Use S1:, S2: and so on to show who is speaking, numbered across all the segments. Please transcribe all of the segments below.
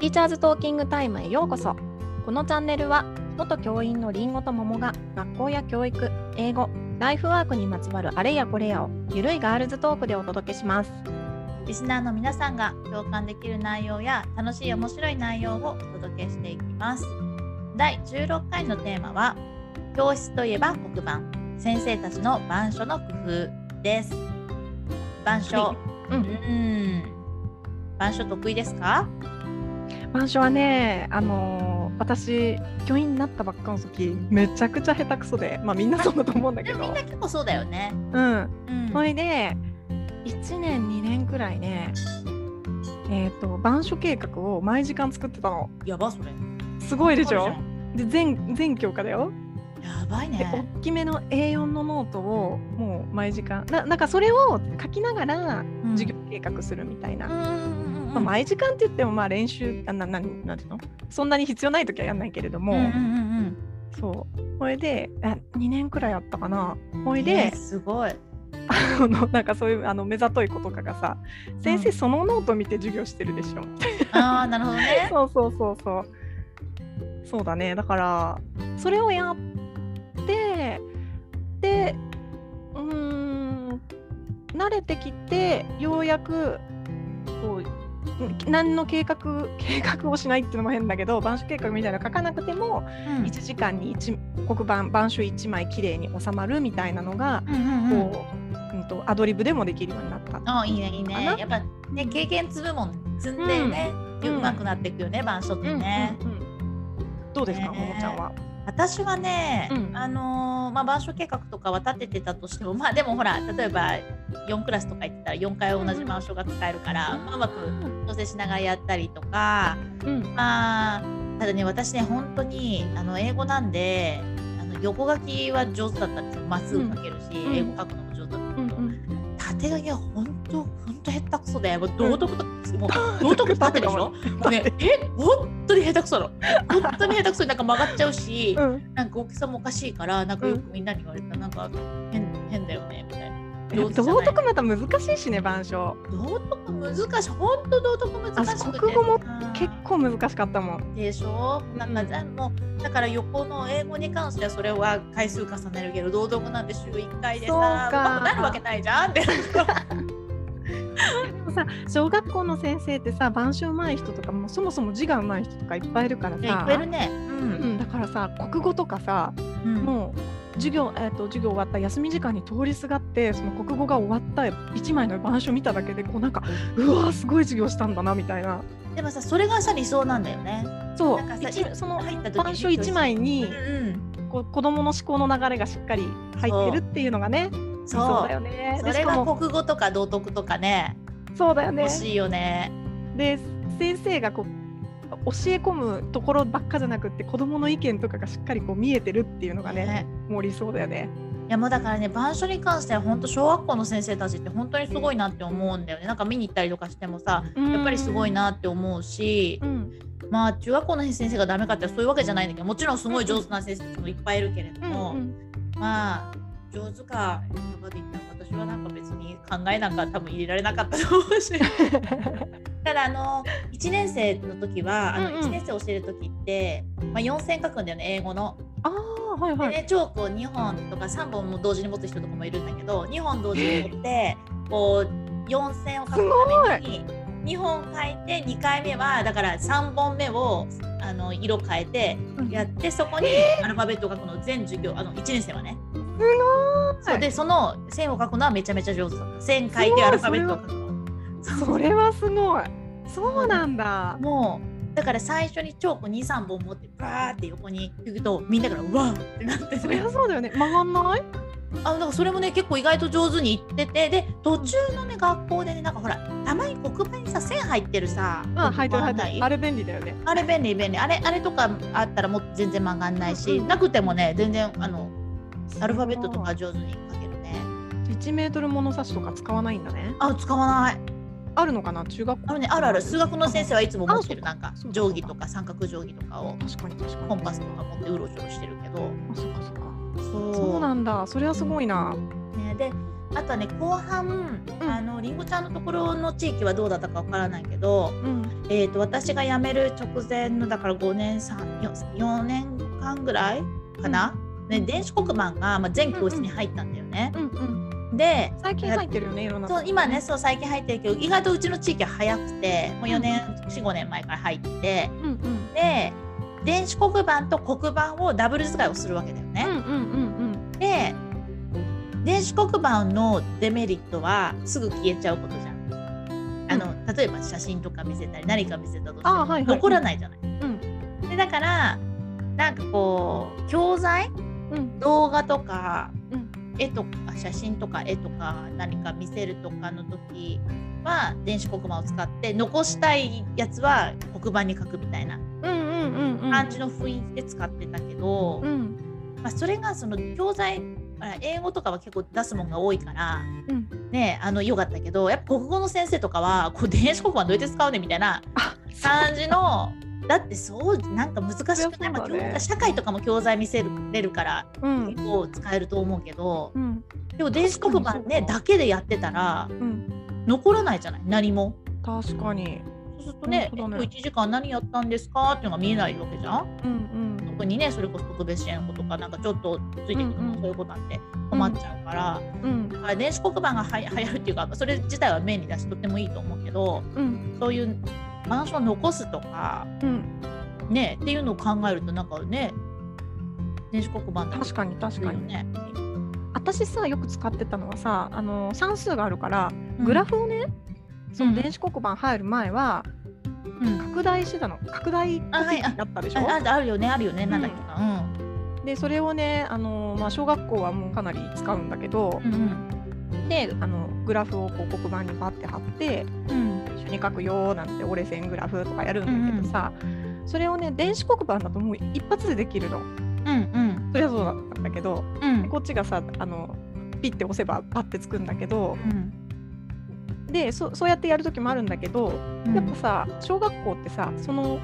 S1: ティーチャーズトーキングタイムへようこそこのチャンネルは元教員のりんごと桃が学校や教育英語ライフワークにまつわるあれやこれやをゆるいガールズトークでお届けします
S2: リスナーの皆さんが共感できる内容や楽しい面白い内容をお届けしていきます。第16回のテーマは教室といえば黒板先生たちの板書の工夫です。板書、
S1: はいう
S2: うーん板書得意ですか？
S1: 板書はねあのー私教員になったばっかの時めちゃくちゃ下手くそでまあみんなそうだと思うんだけ
S2: でもみん
S1: ど
S2: な結構そうだよね。
S1: うん
S2: うん
S1: それで1年2年くらいねえっ、と板書計画を毎時間作ってたの
S2: やばそれ。
S1: すごいでし
S2: そう
S1: ょ
S2: じゃん
S1: で全全教科だよ
S2: やばい
S1: で
S2: ね。
S1: 大きめの A4 のノートをもう毎時間ななんかそれを書きながら
S2: うん
S1: 授業計画するみたいな、
S2: うんうんうんうん
S1: まあ、毎時間って言ってもまあ練習あなななんていうのそんなに必要ない時はやんないけれども、
S2: うんうんうんうん
S1: そうこれであ2年くらいあったかなこれ
S2: え
S1: で
S2: ー、すごい。
S1: あのなんかそういうあの目ざとい子とかがさ「先生そのノート見て授業してるでしょ」
S2: ああなるほどね。
S1: そうそうそうそう。そうだね。だからそれをやってでうーん慣れてきてようやくこう何の計画計画をしないっていうのも変だけど板書計画みたいなの書かなくても
S2: うん
S1: 1時間に一黒板板書1枚きれいに収まるみたいなのが
S2: うんうんうん
S1: こう、うん、とアドリブでもできるようになった。
S2: あいいねいい
S1: か
S2: ね
S1: な
S2: やっぱね経験積むもん積んでね、う
S1: うん
S2: まくなっていくよね板書ってね、
S1: うんうんうんどうですか、
S2: ね
S1: ももちゃんは。
S2: 私はね、
S1: うん
S2: あのーまあ板書計画とかは立ててたとしてもまあでもほら例えば4クラスとか行ってたら4回同じ板書が使えるから、まあうまく調整しながらやったりとか
S1: うん
S2: まあただね私ね本当にあの英語なんであの横書きは上手だったんですよまっすぐ書けるし、
S1: ん
S2: 英語書くのも上手だった
S1: うん
S2: け
S1: う
S2: ど、
S1: ん
S2: 縦書きは本当本当下手くそでもう道徳 とかもう道徳
S1: 立
S2: 縦
S1: て
S2: で
S1: で
S2: し
S1: しょ
S2: ょ。もうねえ本当に下手くそなの。本当に下手くそになんか曲がっちゃうし、
S1: うん。
S2: なんか大きさもおかしいからなんかよくみんなに言われたなんか変変だよねみたいな。
S1: 道徳また難しいしね板書
S2: 道徳難しい本当道徳難しくて。
S1: あ国語も
S2: あー
S1: 結構難しかったもん。
S2: でしょなんかじゃあもうだから横の英語に関してはそれは回数重ねるけど道徳なんて週1回でさ
S1: そうか
S2: うまくなるわけないじゃんって。
S1: でもさ小学校の先生ってさ板書うまい人とかもうそもそも字がうまい人とかいっぱいいるから
S2: いっ
S1: さ
S2: ぱいいるね。
S1: うん、だからさ国語とかさ
S2: うん
S1: もう授業,、えー、と授業終わった休み時間に通りすがってその国語が終わった1枚の板書見ただけでこうなんかうわーすごい授業したんだなみたいな
S2: でもさそれがさ理想なんだよね。
S1: そう
S2: なんかさ
S1: 一その
S2: 入った時に
S1: 板書1枚に
S2: うん
S1: こう子どもの思考の流れがしっかり入ってるっていうのがね
S2: うん、
S1: 理想
S2: そ
S1: だよね。
S2: う。そ
S1: で
S2: れ
S1: しか
S2: が
S1: も
S2: 国語とか道徳とかね
S1: そうだよね
S2: 欲しいよね。
S1: で先生がこう教え込むところばっかじゃなくって子どもの意見とかがしっかりこう見えてるっていうのがね
S2: ね
S1: もう理想だよね。
S2: いやもうだからね板書に関しては本当小学校の先生たちって本当にすごいなって思うんだよね。なんか見に行ったりとかしてもさやっぱりすごい
S1: な、
S2: なって思うし
S1: う、ん
S2: まあ中学校の先生がダメかってそういうわけじゃないんだけどもちろんすごい上手な先生たちもいっぱいいるけれど
S1: うん
S2: も、まあ上手か下手かで言ったら私はなんか別に考えなんか多分入れられなかったと思 うし。ただあの1年生の時はあ
S1: うん
S2: の
S1: うん
S2: 1年生教える時って、まあ、4線書くんだよね英語の。
S1: ああはい
S2: で
S1: は
S2: ね、
S1: い。
S2: チョークを2本とか3本も同時に持つ人とかもいるんだけど2本同時に持ってこう4線を書くために2本書いて2回目はだから3本目をあの色変えてやってそこにアルファベットを書くの全授業あの1年生はね。
S1: す
S2: そう
S1: ごい
S2: でその線を書くのはめちゃめちゃ上手だった。線書いてアルファベットを書くの。
S1: それはすごいそうなんだ。
S2: もうだから最初にチョーク23本持ってバーって横に行くとみんなから「わーってなって
S1: そり
S2: ね
S1: ゃそうだよね曲がんない
S2: あだからそれもね結構意外と上手にいっててで途中のね学校でねなんかほらたまに黒板にさ線入ってるさ
S1: うん入ってる入っ
S2: 黒板な
S1: て
S2: い
S1: るあれ便利だよね。
S2: あれ便利便利あれあれとかあったらもう全然曲がんないし、
S1: うん
S2: なくてもね全然あのアルファベットとか上手に書けるね
S1: 1メートル物差しとか使わないんだね。
S2: あ使わない
S1: あるのかな中学校
S2: あのねあるある数学の先生はいつも持ってる
S1: あそ
S2: な
S1: うんか
S2: か
S1: そうか
S2: 定規とか三角定規とかを
S1: 確かに確かに。
S2: コンパスとか持ってうろちょろしてるけど
S1: あそっかそっか。
S2: そう
S1: そうなんだそれはすごいな。
S2: ね、であとはね後半、
S1: うん
S2: あのりんごちゃんのところの地域はどうだったかわからないけ
S1: う
S2: ど、
S1: ん
S2: えー、と私が辞める直前のだから5年34年間ぐらいかな、ね、電子黒板が、まあ、全教室に入ったんだよね。
S1: うんうん
S2: で
S1: 最近入ってるよねいろんなとこ
S2: そう今ねそう最近入ってるけど意外とうちの地域は早くてもう4年45年前から入って
S1: うんうん
S2: で電子黒板と黒板をダブル使いをするわけだよね。
S1: うんうんうん
S2: で電子黒板のデメリットはすぐ消えちゃうことじゃん。あの例えば写真とか見せたり何か見せたとして
S1: あは
S2: も
S1: いはい
S2: 残らないじゃない。
S1: ん
S2: でだからなんかこう教材
S1: うんうん
S2: 動画とか、
S1: うん
S2: 絵とか写真とか絵とか何か見せるとかの時は電子黒板を使って残したいやつは黒板に書くみたいな
S1: うんうんうんうん
S2: 感じの雰囲気で使ってたけど。
S1: うん
S2: まあ、それがその教材あ英語とかは結構出すもんが多いから、
S1: うん
S2: ねあのよかったけどやっぱ国語の先生とかはこう電子黒板どうやって使うねみたいな
S1: あ
S2: 感じのだってそうなんか難しくない、まあ、
S1: そりゃそうだね
S2: 教科社会とかも教材見せれるから
S1: うん
S2: 結構使えると思うけど
S1: うん
S2: でも電子黒板ね
S1: 確かにそうか
S2: だけでやってたら
S1: うん
S2: 残らないじゃない何も。
S1: 確かに
S2: そうするとね
S1: 本当だね
S2: えっと1時間何やったんですかっていうのが見えないわけじゃん。
S1: うん
S2: 特にねそれこそ特別支援の子とかなんかちょっとついてきて
S1: うんう
S2: も
S1: ん
S2: そういうことなんて困っちゃうから、
S1: うんうん
S2: だから電子黒板がはや流行るっていうかそれ自体は面に出してとってもいいと思うけど
S1: うん
S2: そういう板書を残すとか
S1: うん
S2: ねっていうのを考えるとなんかね電子黒板って
S1: 確かに確か
S2: いいよ
S1: に
S2: ね、
S1: 私さよく使ってたのはさあの算数があるから
S2: うん
S1: グラ、フをねその
S2: うん
S1: 電子黒板入る前は
S2: うん、
S1: 拡大してたの拡大
S2: あはいあ
S1: だったでしょ、
S2: あああるよねあるよねなんだっけか
S1: でそれをねあの、まあ、小学校はもうかなり使うんだけど
S2: う、んうん
S1: であのグラフをこう黒板にバッて貼って
S2: うん
S1: 一緒に書くよなんて折れ線グラフとかやるんだけどさ、それをね電子黒板だともう一発でできるの
S2: うん
S1: それはそうだったんだけど
S2: うんうん
S1: こっちがさあのピッて押せばバッてつくんだけど
S2: うん
S1: でそそうやってやる時もあるんだけど
S2: うん
S1: やっぱさ小学校ってさその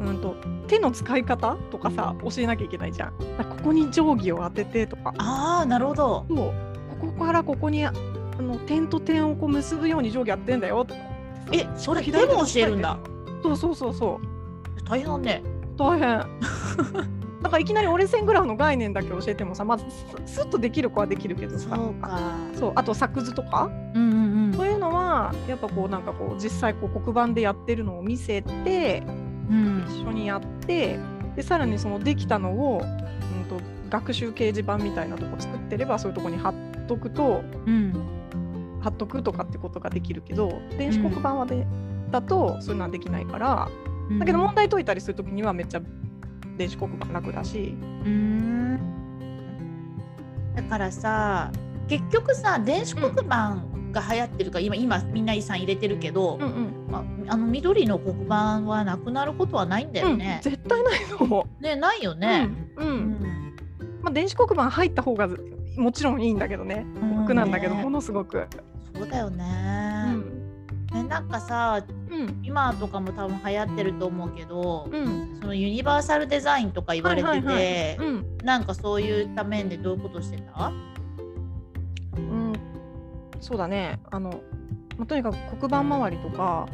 S1: うんと手の使い方とかさ教えなきゃいけないじゃん。だからここに定規を当ててとか
S2: ああなるほど
S1: そうここからここにあの点と点をこう結ぶように定規やってんだよとか
S2: えそれ手も教えるんだ
S1: そうそうそうそう
S2: 大変だね
S1: 大変だからいきなり折れ線グラフの概念だけ教えてもさまずススッとできる子はできるけどさ
S2: そうか
S1: そうあと作図とか
S2: うんうんうん
S1: そういうのはやっぱこうなんかこう実際こう黒板でやってるのを見せて
S2: うん
S1: 一緒にやってでさらにそのできたのを、うん、と学習掲示板みたいなとこ作ってればそういうとこに貼っとくと
S2: うん
S1: 貼っとくとかってことができるけど電子黒板はで、だとそういうのはできないから
S2: うん
S1: だけど問題解いたりするときにはめっちゃ電子黒板楽だし、
S2: うーんだからさ結局さ電子黒板が流行ってるから、今今みんな遺産入れてるけど、
S1: ん
S2: まあ、あの緑の黒板はなくなることはないんだよね。
S1: 絶対ないと思
S2: ねないよ
S1: う。
S2: ね。
S1: うん、う
S2: うんん
S1: まあ、電子黒板入った方がもちろんいいんだけどね
S2: うん
S1: 楽なんだけど、
S2: ね
S1: ものすごく。
S2: そうだよね,、
S1: うん
S2: ねなんかさ
S1: うん
S2: 今とかも多分流行ってると思うけど、
S1: うん
S2: そのユニバーサルデザインとか言われてて、
S1: はいはいはいうん
S2: なんかそういった面でどういうことしてた
S1: うん、そうだねあの、まあとにかく黒板周りとか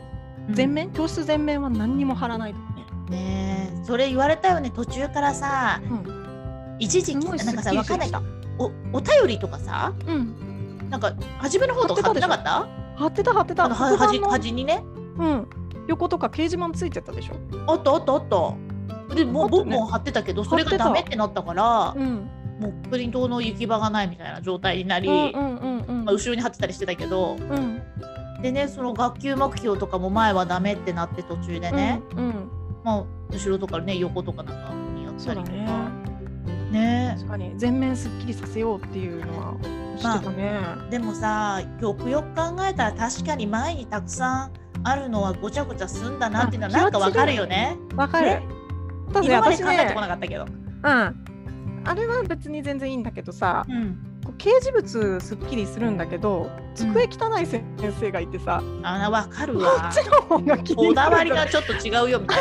S1: 全面、教室全面は何にも貼らないとかね、
S2: ねえそれ言われたよね途中からさ
S1: うん
S2: 一時期
S1: すごい
S2: なんか
S1: す
S2: さ
S1: っき
S2: わ
S1: り
S2: かんない
S1: してきた
S2: おお便りとかさ
S1: うん、
S2: なんか初めの方とか貼
S1: 貼
S2: っ
S1: ってて
S2: な
S1: たでしょ貼
S2: かった
S1: ってた貼ってた
S2: あのは
S1: 黒
S2: 端
S1: 板の
S2: 端にね
S1: うん、横とか掲示板ついてたでしょ、
S2: あったあったあったでもう
S1: あった
S2: 僕
S1: よね
S2: も貼ってたけどそれが
S1: 貼ってた
S2: ダメってなったから
S1: ん、
S2: もうプリントの行き場がないみたいな状態になり、
S1: うんうんうんうん
S2: まあ、後ろに貼ってたりしてたけど
S1: うん
S2: でねその学級目標とかも前はダメってなって途中でね、
S1: うんうん
S2: まあ後ろとかね横とかなんかにやっ
S1: そ
S2: た
S1: う
S2: り
S1: だ
S2: と
S1: ね
S2: かね
S1: 確かに全面すっきりさせようっていうのはしてたね、
S2: でもさよくよく考えたら確かに前にたくさんあるのはごちゃごちゃすんだなっていうのは
S1: あ
S2: なんかわかるよね。
S1: わかる
S2: ね
S1: ただね
S2: 今まで
S1: 私
S2: 考えて
S1: ね
S2: こなかったけど。
S1: うんあれは別に全然いいんだけどさ
S2: うん、
S1: こう掲示物すっきりするんだけど机汚い先生がいてさ、
S2: あわかる
S1: こ
S2: わ
S1: っ。ちの方が気に
S2: こ
S1: な
S2: だ
S1: る
S2: わり がちょっと違うよみたい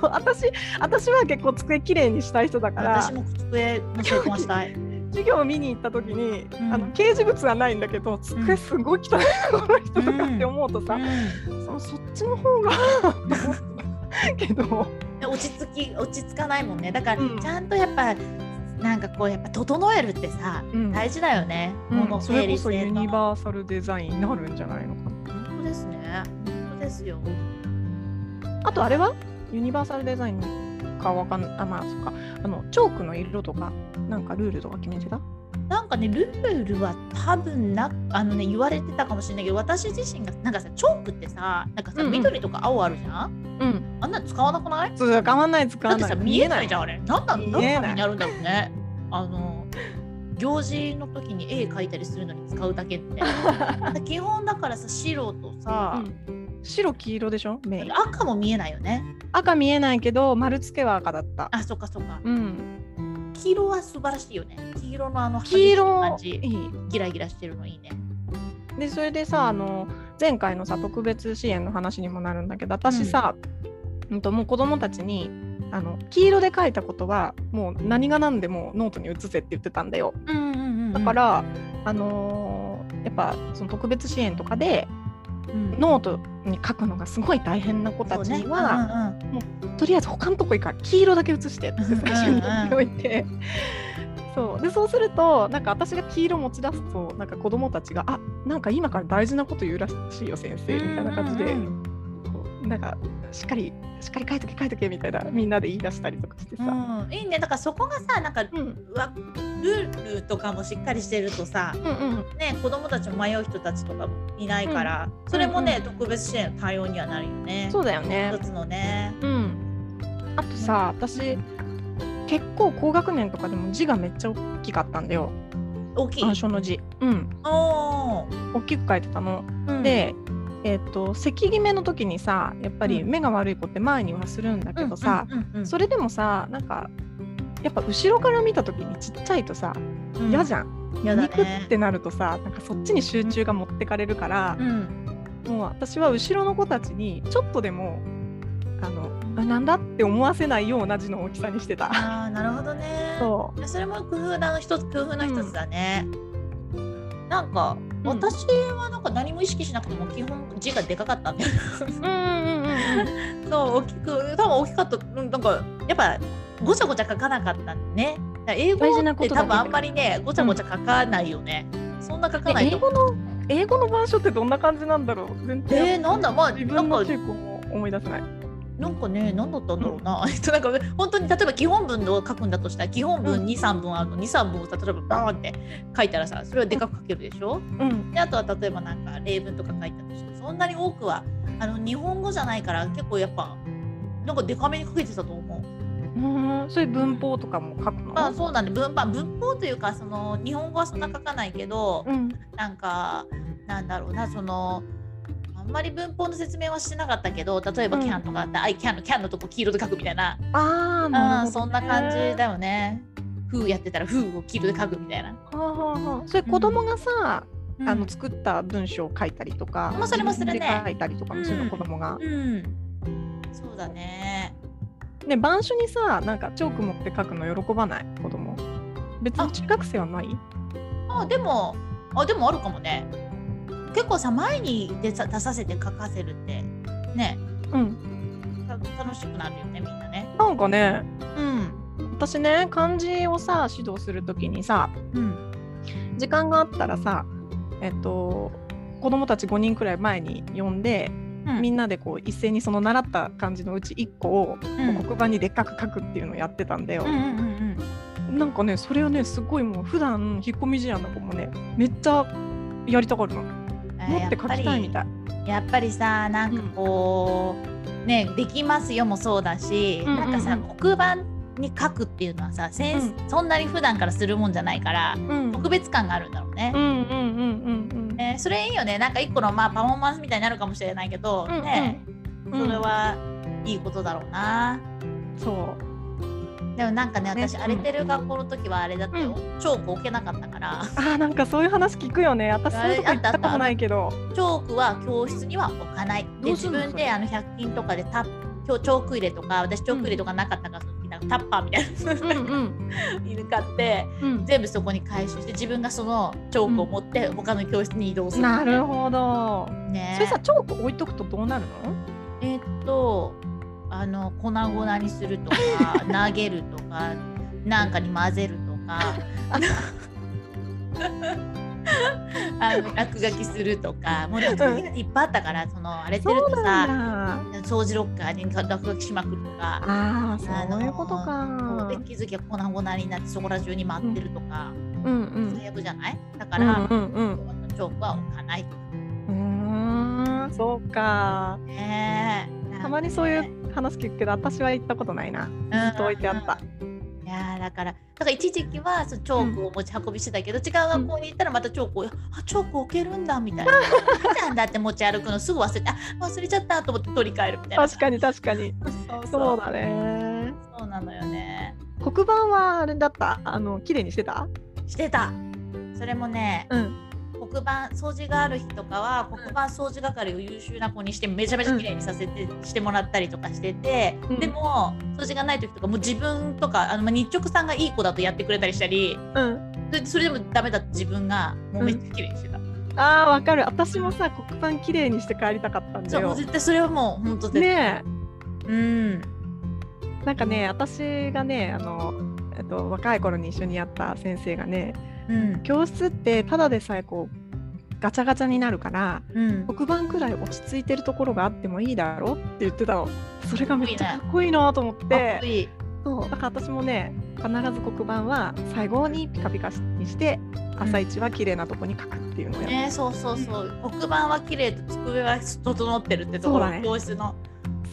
S1: そう私私は結構机きれいにしたい人だか
S2: な。私
S1: ら
S2: も机の生婚したい。
S1: 授業を見に行った時に、
S2: ん
S1: あの掲示物はないんだけど机すごい汚いなこの人とかって思うとさ、そそっちの方 が けど
S2: 落ち着き落ち着かないもんねだから、
S1: うん
S2: ちゃんとやっぱなんかこうやっぱ整えるってさ、
S1: うん
S2: 大事だよね、
S1: う
S2: 物
S1: ん、
S2: を
S1: そ
S2: 整
S1: れ
S2: 理
S1: こ
S2: し
S1: そ
S2: て
S1: ユニバーサルデザインになるんじゃないのかな
S2: 本当ですね本当ですよ
S1: あとあれはユニバーサルデザインかわかんないあまあそっかあのチョークの色とかなんかルールとか決めてた
S2: なんかねルールは多分なあのね言われてたかもしれないけど私自身がなんかさチョークってさなんかさ、
S1: うんうん
S2: 緑とか青あるじゃん
S1: うん
S2: あんなの使わなくない
S1: 使わない使
S2: だ
S1: わ
S2: って
S1: な
S2: さ
S1: い
S2: 見えないじゃんあれ何なの
S1: 見
S2: 何
S1: えない
S2: のためにあるんだろうねあの行事の時に絵描いたりするのに使うだけって 基本だからさ白とさ、
S1: うん白黄色でしょメイン
S2: 赤も見えないよね
S1: 赤見えないけど丸付けは赤だった
S2: あそっかそっか
S1: うん
S2: 黄色は素晴らしいよね黄色のあの
S1: 黄色い
S2: 感じ
S1: い
S2: ギラギラしてるのいいね
S1: でそれでさあの前回のさ特別支援の話にもなるんだけど私さ、うん、ともう子供たちにあの黄色で書いたことはもう何が何でもノートに写せって言ってたんだよ。
S2: うんうんうん、
S1: だから、あのーやっぱその特別支援とかで
S2: うん、
S1: ノートに書くのがすごい大変な子たちには、
S2: は、
S1: とりあえず他のとこ行くから黄色だけ写してって最初に言っておいて。そうでそうするとなんか私が黄色持ち出すとなんか子供たちが「あなんか今から大事なこと言うらしいよ先生」みたいな感じで、
S2: うんうん
S1: こうなんかしっかりしっかり書いとけ書いとけみたいなみんなで言い出したりとかして
S2: う
S1: さ、
S2: んうんいいねだからそこがさなんか
S1: うん、
S2: わルールとかもしっかりしてるとさ、
S1: うんうん
S2: ね、子供たちも迷う人たちとかもいないから、それもね、特別支援の対応にはなるよね。
S1: そううだよね
S2: 一つのね。
S1: うん、あとさ私結構高学年とかでも字がめっちゃ大きかったんだよ
S2: 大きい。
S1: 暗所の字、うん、
S2: おー
S1: 大きく書いてたの。
S2: うん、
S1: で、えっと咳決めの時にさやっぱり
S2: うん
S1: 目が悪い子って前にはするんだ
S2: うん、
S1: けどさ、
S2: うんうんうん、
S1: それでもさなんかやっぱ後ろから見た時にちっちゃいとさ嫌じ
S2: ゃん。
S1: ゃん。
S2: 嫌だね
S1: 肉ってなるとさなんかそっちに集中が持ってかれるから、
S2: うん、
S1: もう私は後ろの子たちにちょっとでもあのあなんだって思わせないような字の大きさにしてた。
S2: ああなるほどね。
S1: そう
S2: それも工夫の一つ工夫の一つだね。なんか、
S1: ん
S2: 私はなんか何も意識しなくても基本字がでかかったんだよ。
S1: うんうんうん
S2: そう大きく多分大きかったうんなんかやっぱごちゃごちゃ書かなかったんでね。だから英
S1: 大
S2: 語
S1: 事な
S2: っ
S1: こ
S2: て
S1: とだ
S2: 多
S1: け
S2: 分あんまりねごちゃごちゃ書かないよね。そんな書かない
S1: 英
S2: と
S1: 語の英語の板書ってどんな感じなんだろう全然、
S2: えー、なんだまあ
S1: 自
S2: な
S1: 分
S2: ん
S1: の
S2: か
S1: 中高も思い出せない。
S2: なんかね何だったんだろうな、えっとなんか本当に例えば基本文を書くんだとしたら基本
S1: う
S2: 文
S1: ん
S2: 23、三文あるの23文を例えばバーンって書いたらさそれはでかく書けるでしょ、
S1: うん
S2: であとは例えばなんか例文とか書いたとしてもそんなに多くはあの日本語じゃないから結構やっぱなんかデカめに書けてたと思う。
S1: うん、そういう文法とかも書くの、
S2: まあそうなんで文まあ文法というかその日本語はそんな書かないけど
S1: うん
S2: なんかなんだろうなそのあんまり文法の説明はしてなかったけど例えば
S1: うん
S2: can とかあって「I can」の can のとこ黄色で書くみたいな
S1: ああ
S2: あ
S1: な
S2: ー
S1: るほ
S2: そ
S1: ど、
S2: ん
S1: ね、
S2: な感じだよね。ふうやってたらふうを黄色で書くみたいな。
S1: はあはあはあそれ子供がさ、あ
S2: う
S1: の
S2: ん
S1: 作った文章を書いたりとか、
S2: まあそれもするね
S1: 自分で書いたりとかもするの、
S2: うん
S1: 子供が。
S2: うん、そうだね。
S1: ね板書にさなんかチョーク持って書くの喜ばない子供別に中学生はない
S2: あでもあでもあるかもね結構さ前に出さ出させて書かせるってね
S1: うん
S2: た楽しくなるよねみんなね
S1: なんかね
S2: うん
S1: 私ね漢字をさ指導する時にさ
S2: うん
S1: 時間があったらさえっと子供たち5人くらい前に呼んで、みんなでこう一斉にその習った漢字のうち1個を
S2: うん
S1: 黒板にでっかく書くっていうのをやってたんだよ
S2: うんう、んうん
S1: なんかねそれはねすごいもう普段引っ込み思案の子もねめっちゃやりたがるの持
S2: うん
S1: っ
S2: や
S1: て
S2: っ
S1: 書
S2: ぱ
S1: き
S2: り
S1: たいみたい
S2: やっぱりさなんかこう、ねできますよもそうだし、
S1: うんうんうん
S2: なんかさ黒板に書くっていうのはさ、センスそんなに普段からするもんじゃないから
S1: うん
S2: 特別感があるんだろうね
S1: う、んうんうんうん
S2: えーそれいいよねなんか一個のまあパフォーマンスみたいになるかもしれないけど、
S1: うん
S2: ね
S1: うん
S2: それはいいことだろうな。
S1: うんそう
S2: でもなんかね、
S1: ね
S2: 私荒れてる学校の時はあれだったよ。チョーク置けなかったから、
S1: あーなんかそういう話聞くよね私そういうとこ行ったことないけど
S2: チョークは教室には置かない。で、
S1: どうす
S2: 自
S1: んの
S2: 分であの百均とかでタップ、今日チョーク入れとか、私チョーク入れとかなかったから、その時だなタッパーみたいな、
S1: うんうん
S2: 犬買って
S1: うん
S2: 全部そこに回収して自分がそのチョークを持って他の教室に移動する、
S1: なるほど。
S2: ね
S1: それさ、チョーク置いとくとどうなるの？
S2: えーっとあの粉々にする とか投げるとかなんかに混ぜるとかあの落書きするとかもう落書きなんていっぱいあったからその荒れてるとさ
S1: なんだ。
S2: 掃除ロッカーに落書きしまくるとか。
S1: ああ、そういうこと
S2: そう
S1: か
S2: で。気づきが粉々になってそこら中に舞ってるとか、
S1: うんうん。
S2: 最悪じゃないだか
S1: うん
S2: ら、
S1: うんうん
S2: チョークは置かないとか
S1: うーん。そうか。
S2: ね
S1: たまにそういう話聞くけど、私は行ったことないな。ずっと置いてあった。
S2: いやーだからだから一時期はそうチョークを持ち運びしてたけど、違う学校に行ったらまたチョークを、あチョーク置けるんだみた いな普段だって持ち歩くのすぐ忘れてあ忘れちゃったと思って取り替えるみたいな
S1: 確かに確かに。
S2: そう
S1: そ
S2: そう
S1: うだね。
S2: そうなのよね
S1: 黒板はあれだった。あの綺麗にしてた？
S2: してたそれもね
S1: うん。
S2: 黒板掃除がある日とかは黒板掃除係を優秀な子にしてめちゃめちゃ綺麗にさせて、してもらったりとかしてて、
S1: うん
S2: でも掃除がない時とかもう自分とかあのまあ日直さんがいい子だとやってくれたりしたり
S1: うん。
S2: それそれでもダメだって自分がもうめっちゃ綺麗にしてた。
S1: ああ、わかる。私もさ、黒板綺麗にして帰りたかったん
S2: そ
S1: だ
S2: うもう
S1: よ。
S2: 絶対それはもう本当絶対、
S1: ねえ。
S2: うん
S1: なんかね私がねあの、えっと、若い頃に一緒にやった先生がね
S2: うん
S1: 教室ってただでさえこうガチャガチャになるから
S2: うん
S1: 黒板くらい落ち着いてるところがあってもいいだろうって言ってたのそれがめっちゃかっこいいなと思っ
S2: かってこいい
S1: そうだから私もね必ず黒板は最後にピカピカにして朝一は綺麗なとこに書くっていうのをやって、
S2: ねそうそうそう黒板は綺麗と机は整ってるってと
S1: そ
S2: こ
S1: う
S2: ろ、
S1: だね
S2: 教室の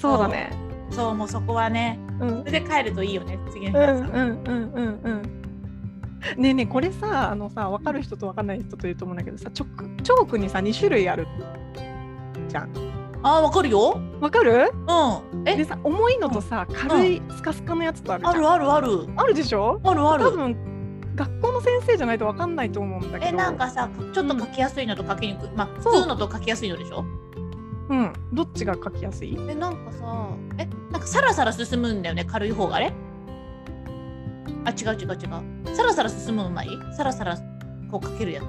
S1: そうだね
S2: そうもうそこはね
S1: うん
S2: それで帰るといいよね次
S1: う
S2: の
S1: ん
S2: 日、
S1: うんうんうんうんねえねえこれさあのさ分かる人と分かんない人といると思うんだけどさチョークチョークにさ2種類あるじゃん
S2: あーわかるよ
S1: 分かる
S2: うん
S1: で
S2: え
S1: さ重いのとさ軽いスカスカのやつとあるじゃ
S2: あ
S1: ん、
S2: るあるある
S1: あるでしょ
S2: あるあ
S1: 多
S2: る
S1: 分学校の先生じゃないと分かんないと思うんだけど
S2: えなんかさちょっと書きやすいのと書きにくい、まあ普
S1: そう
S2: 通のと書きやすいのでしょ
S1: うんどっちが書きやすい
S2: えなんかさえなんかサラサラ進むんだよね軽い方があれあ違う違う違うサラサラ進むのないサラサラこうかけるやつ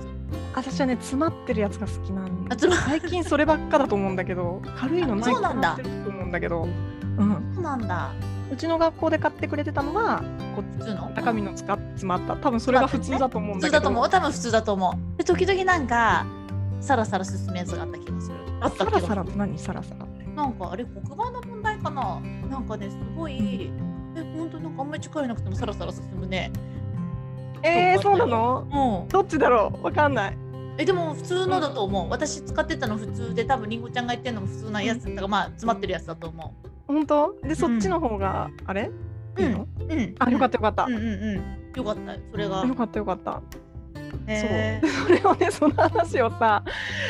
S1: 私はね詰まってるやつが好きなん
S2: あ
S1: だ
S2: つま
S1: 最近そればっかだと思うんだけど軽いのない
S2: あそうなんだ
S1: 詰まってると思うんだけどうん
S2: そうなんだ
S1: うちの学校で買ってくれてたのはこう
S2: 普通の
S1: 中身の使っ詰まった多分それが普通だと思うん
S2: 普
S1: だ
S2: 通
S1: けど
S2: だと思う多分普通だと思うで時々なんかサラサラ進むやつがあった気がするあった
S1: サ
S2: 気が
S1: ラ
S2: す
S1: サラ
S2: る
S1: って何サラサラって
S2: なんかあれ黒板の問題かななんかねすごいえ本当なんかあんまり力なくてもサラサラ進むね
S1: えー、
S2: そ
S1: そうう
S2: な
S1: な
S2: の
S1: の
S2: うん
S1: どっちだろうわかんない
S2: えでも普通のだと思う、私使ってたの普通で多分りんごちゃんが言ってるのも普通なやつだから、まあ詰まってるやつだと思
S1: 本当でそっちの方があれ、
S2: う
S1: いいの
S2: ううん
S1: あよかったよかった、
S2: うんうんうんよかったよそれが
S1: よかったよかった
S2: へー
S1: それをねその話をさ、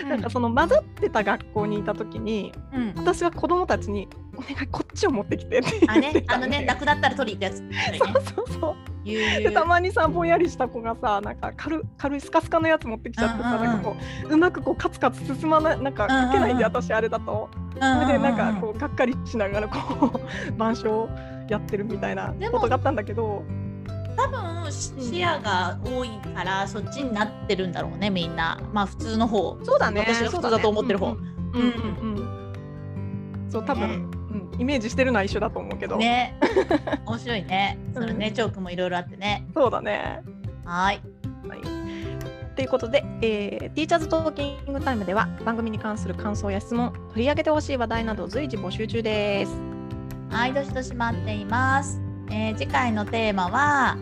S2: うん
S1: なんかその混ざってた学校にいた時に
S2: うん
S1: 私は子供たちに「お願いこっちを持ってきて」って言
S2: あ
S1: っ
S2: ね
S1: て、た
S2: あのね、なくなったら取り行ったやつ。
S1: そうそうそう
S2: ゆうゆ
S1: で
S2: う
S1: たまにさぼんやりした子がさなんか軽軽いスカスカのやつ持ってきちゃってさ、
S2: うんうんうん
S1: なんかこううまくこうカツカツ進まないなんか書けないんで、
S2: うん
S1: 私あれだと
S2: うん
S1: それ
S2: うん
S1: で
S2: うん
S1: なんかこうがっかりしながらこう 板書やってるみたいな
S2: でも
S1: ことがあったんだけど
S2: 多分し視野が多いから、そっちになってるんだろうね、みんな。まあ普通の方。
S1: そうだ
S2: ね私は普通だと思ってる方
S1: うんうんうんうんそう多分、うん、イメージしてるのは一緒だと思うけど、
S2: ね。面白いね。それね、チョークもいろいろあってね。
S1: そうだね。
S2: はーい。
S1: はいということで、えー、ティーチャーズトーキングタイムでは番組に関する感想や質問取り上げてほしい話題などを随時募集中です。
S2: はい、どしどし待っています。えー次回のテーマは、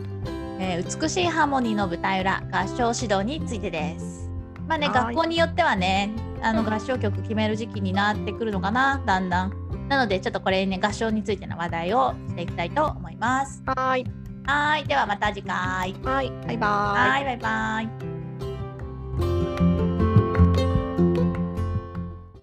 S2: えー美しいハーモニーの舞台裏合唱指導についてです。まあね、
S1: はい
S2: 学校によってはね、あの
S1: うん
S2: 合唱曲決める時期になってくるのかな、だんだん。なので、ちょっとこれね、合唱についての話題をしていきたいと思います。
S1: はい、
S2: はい、ではまた次回。
S1: はい、バイバイ。
S2: はい、バイバイ。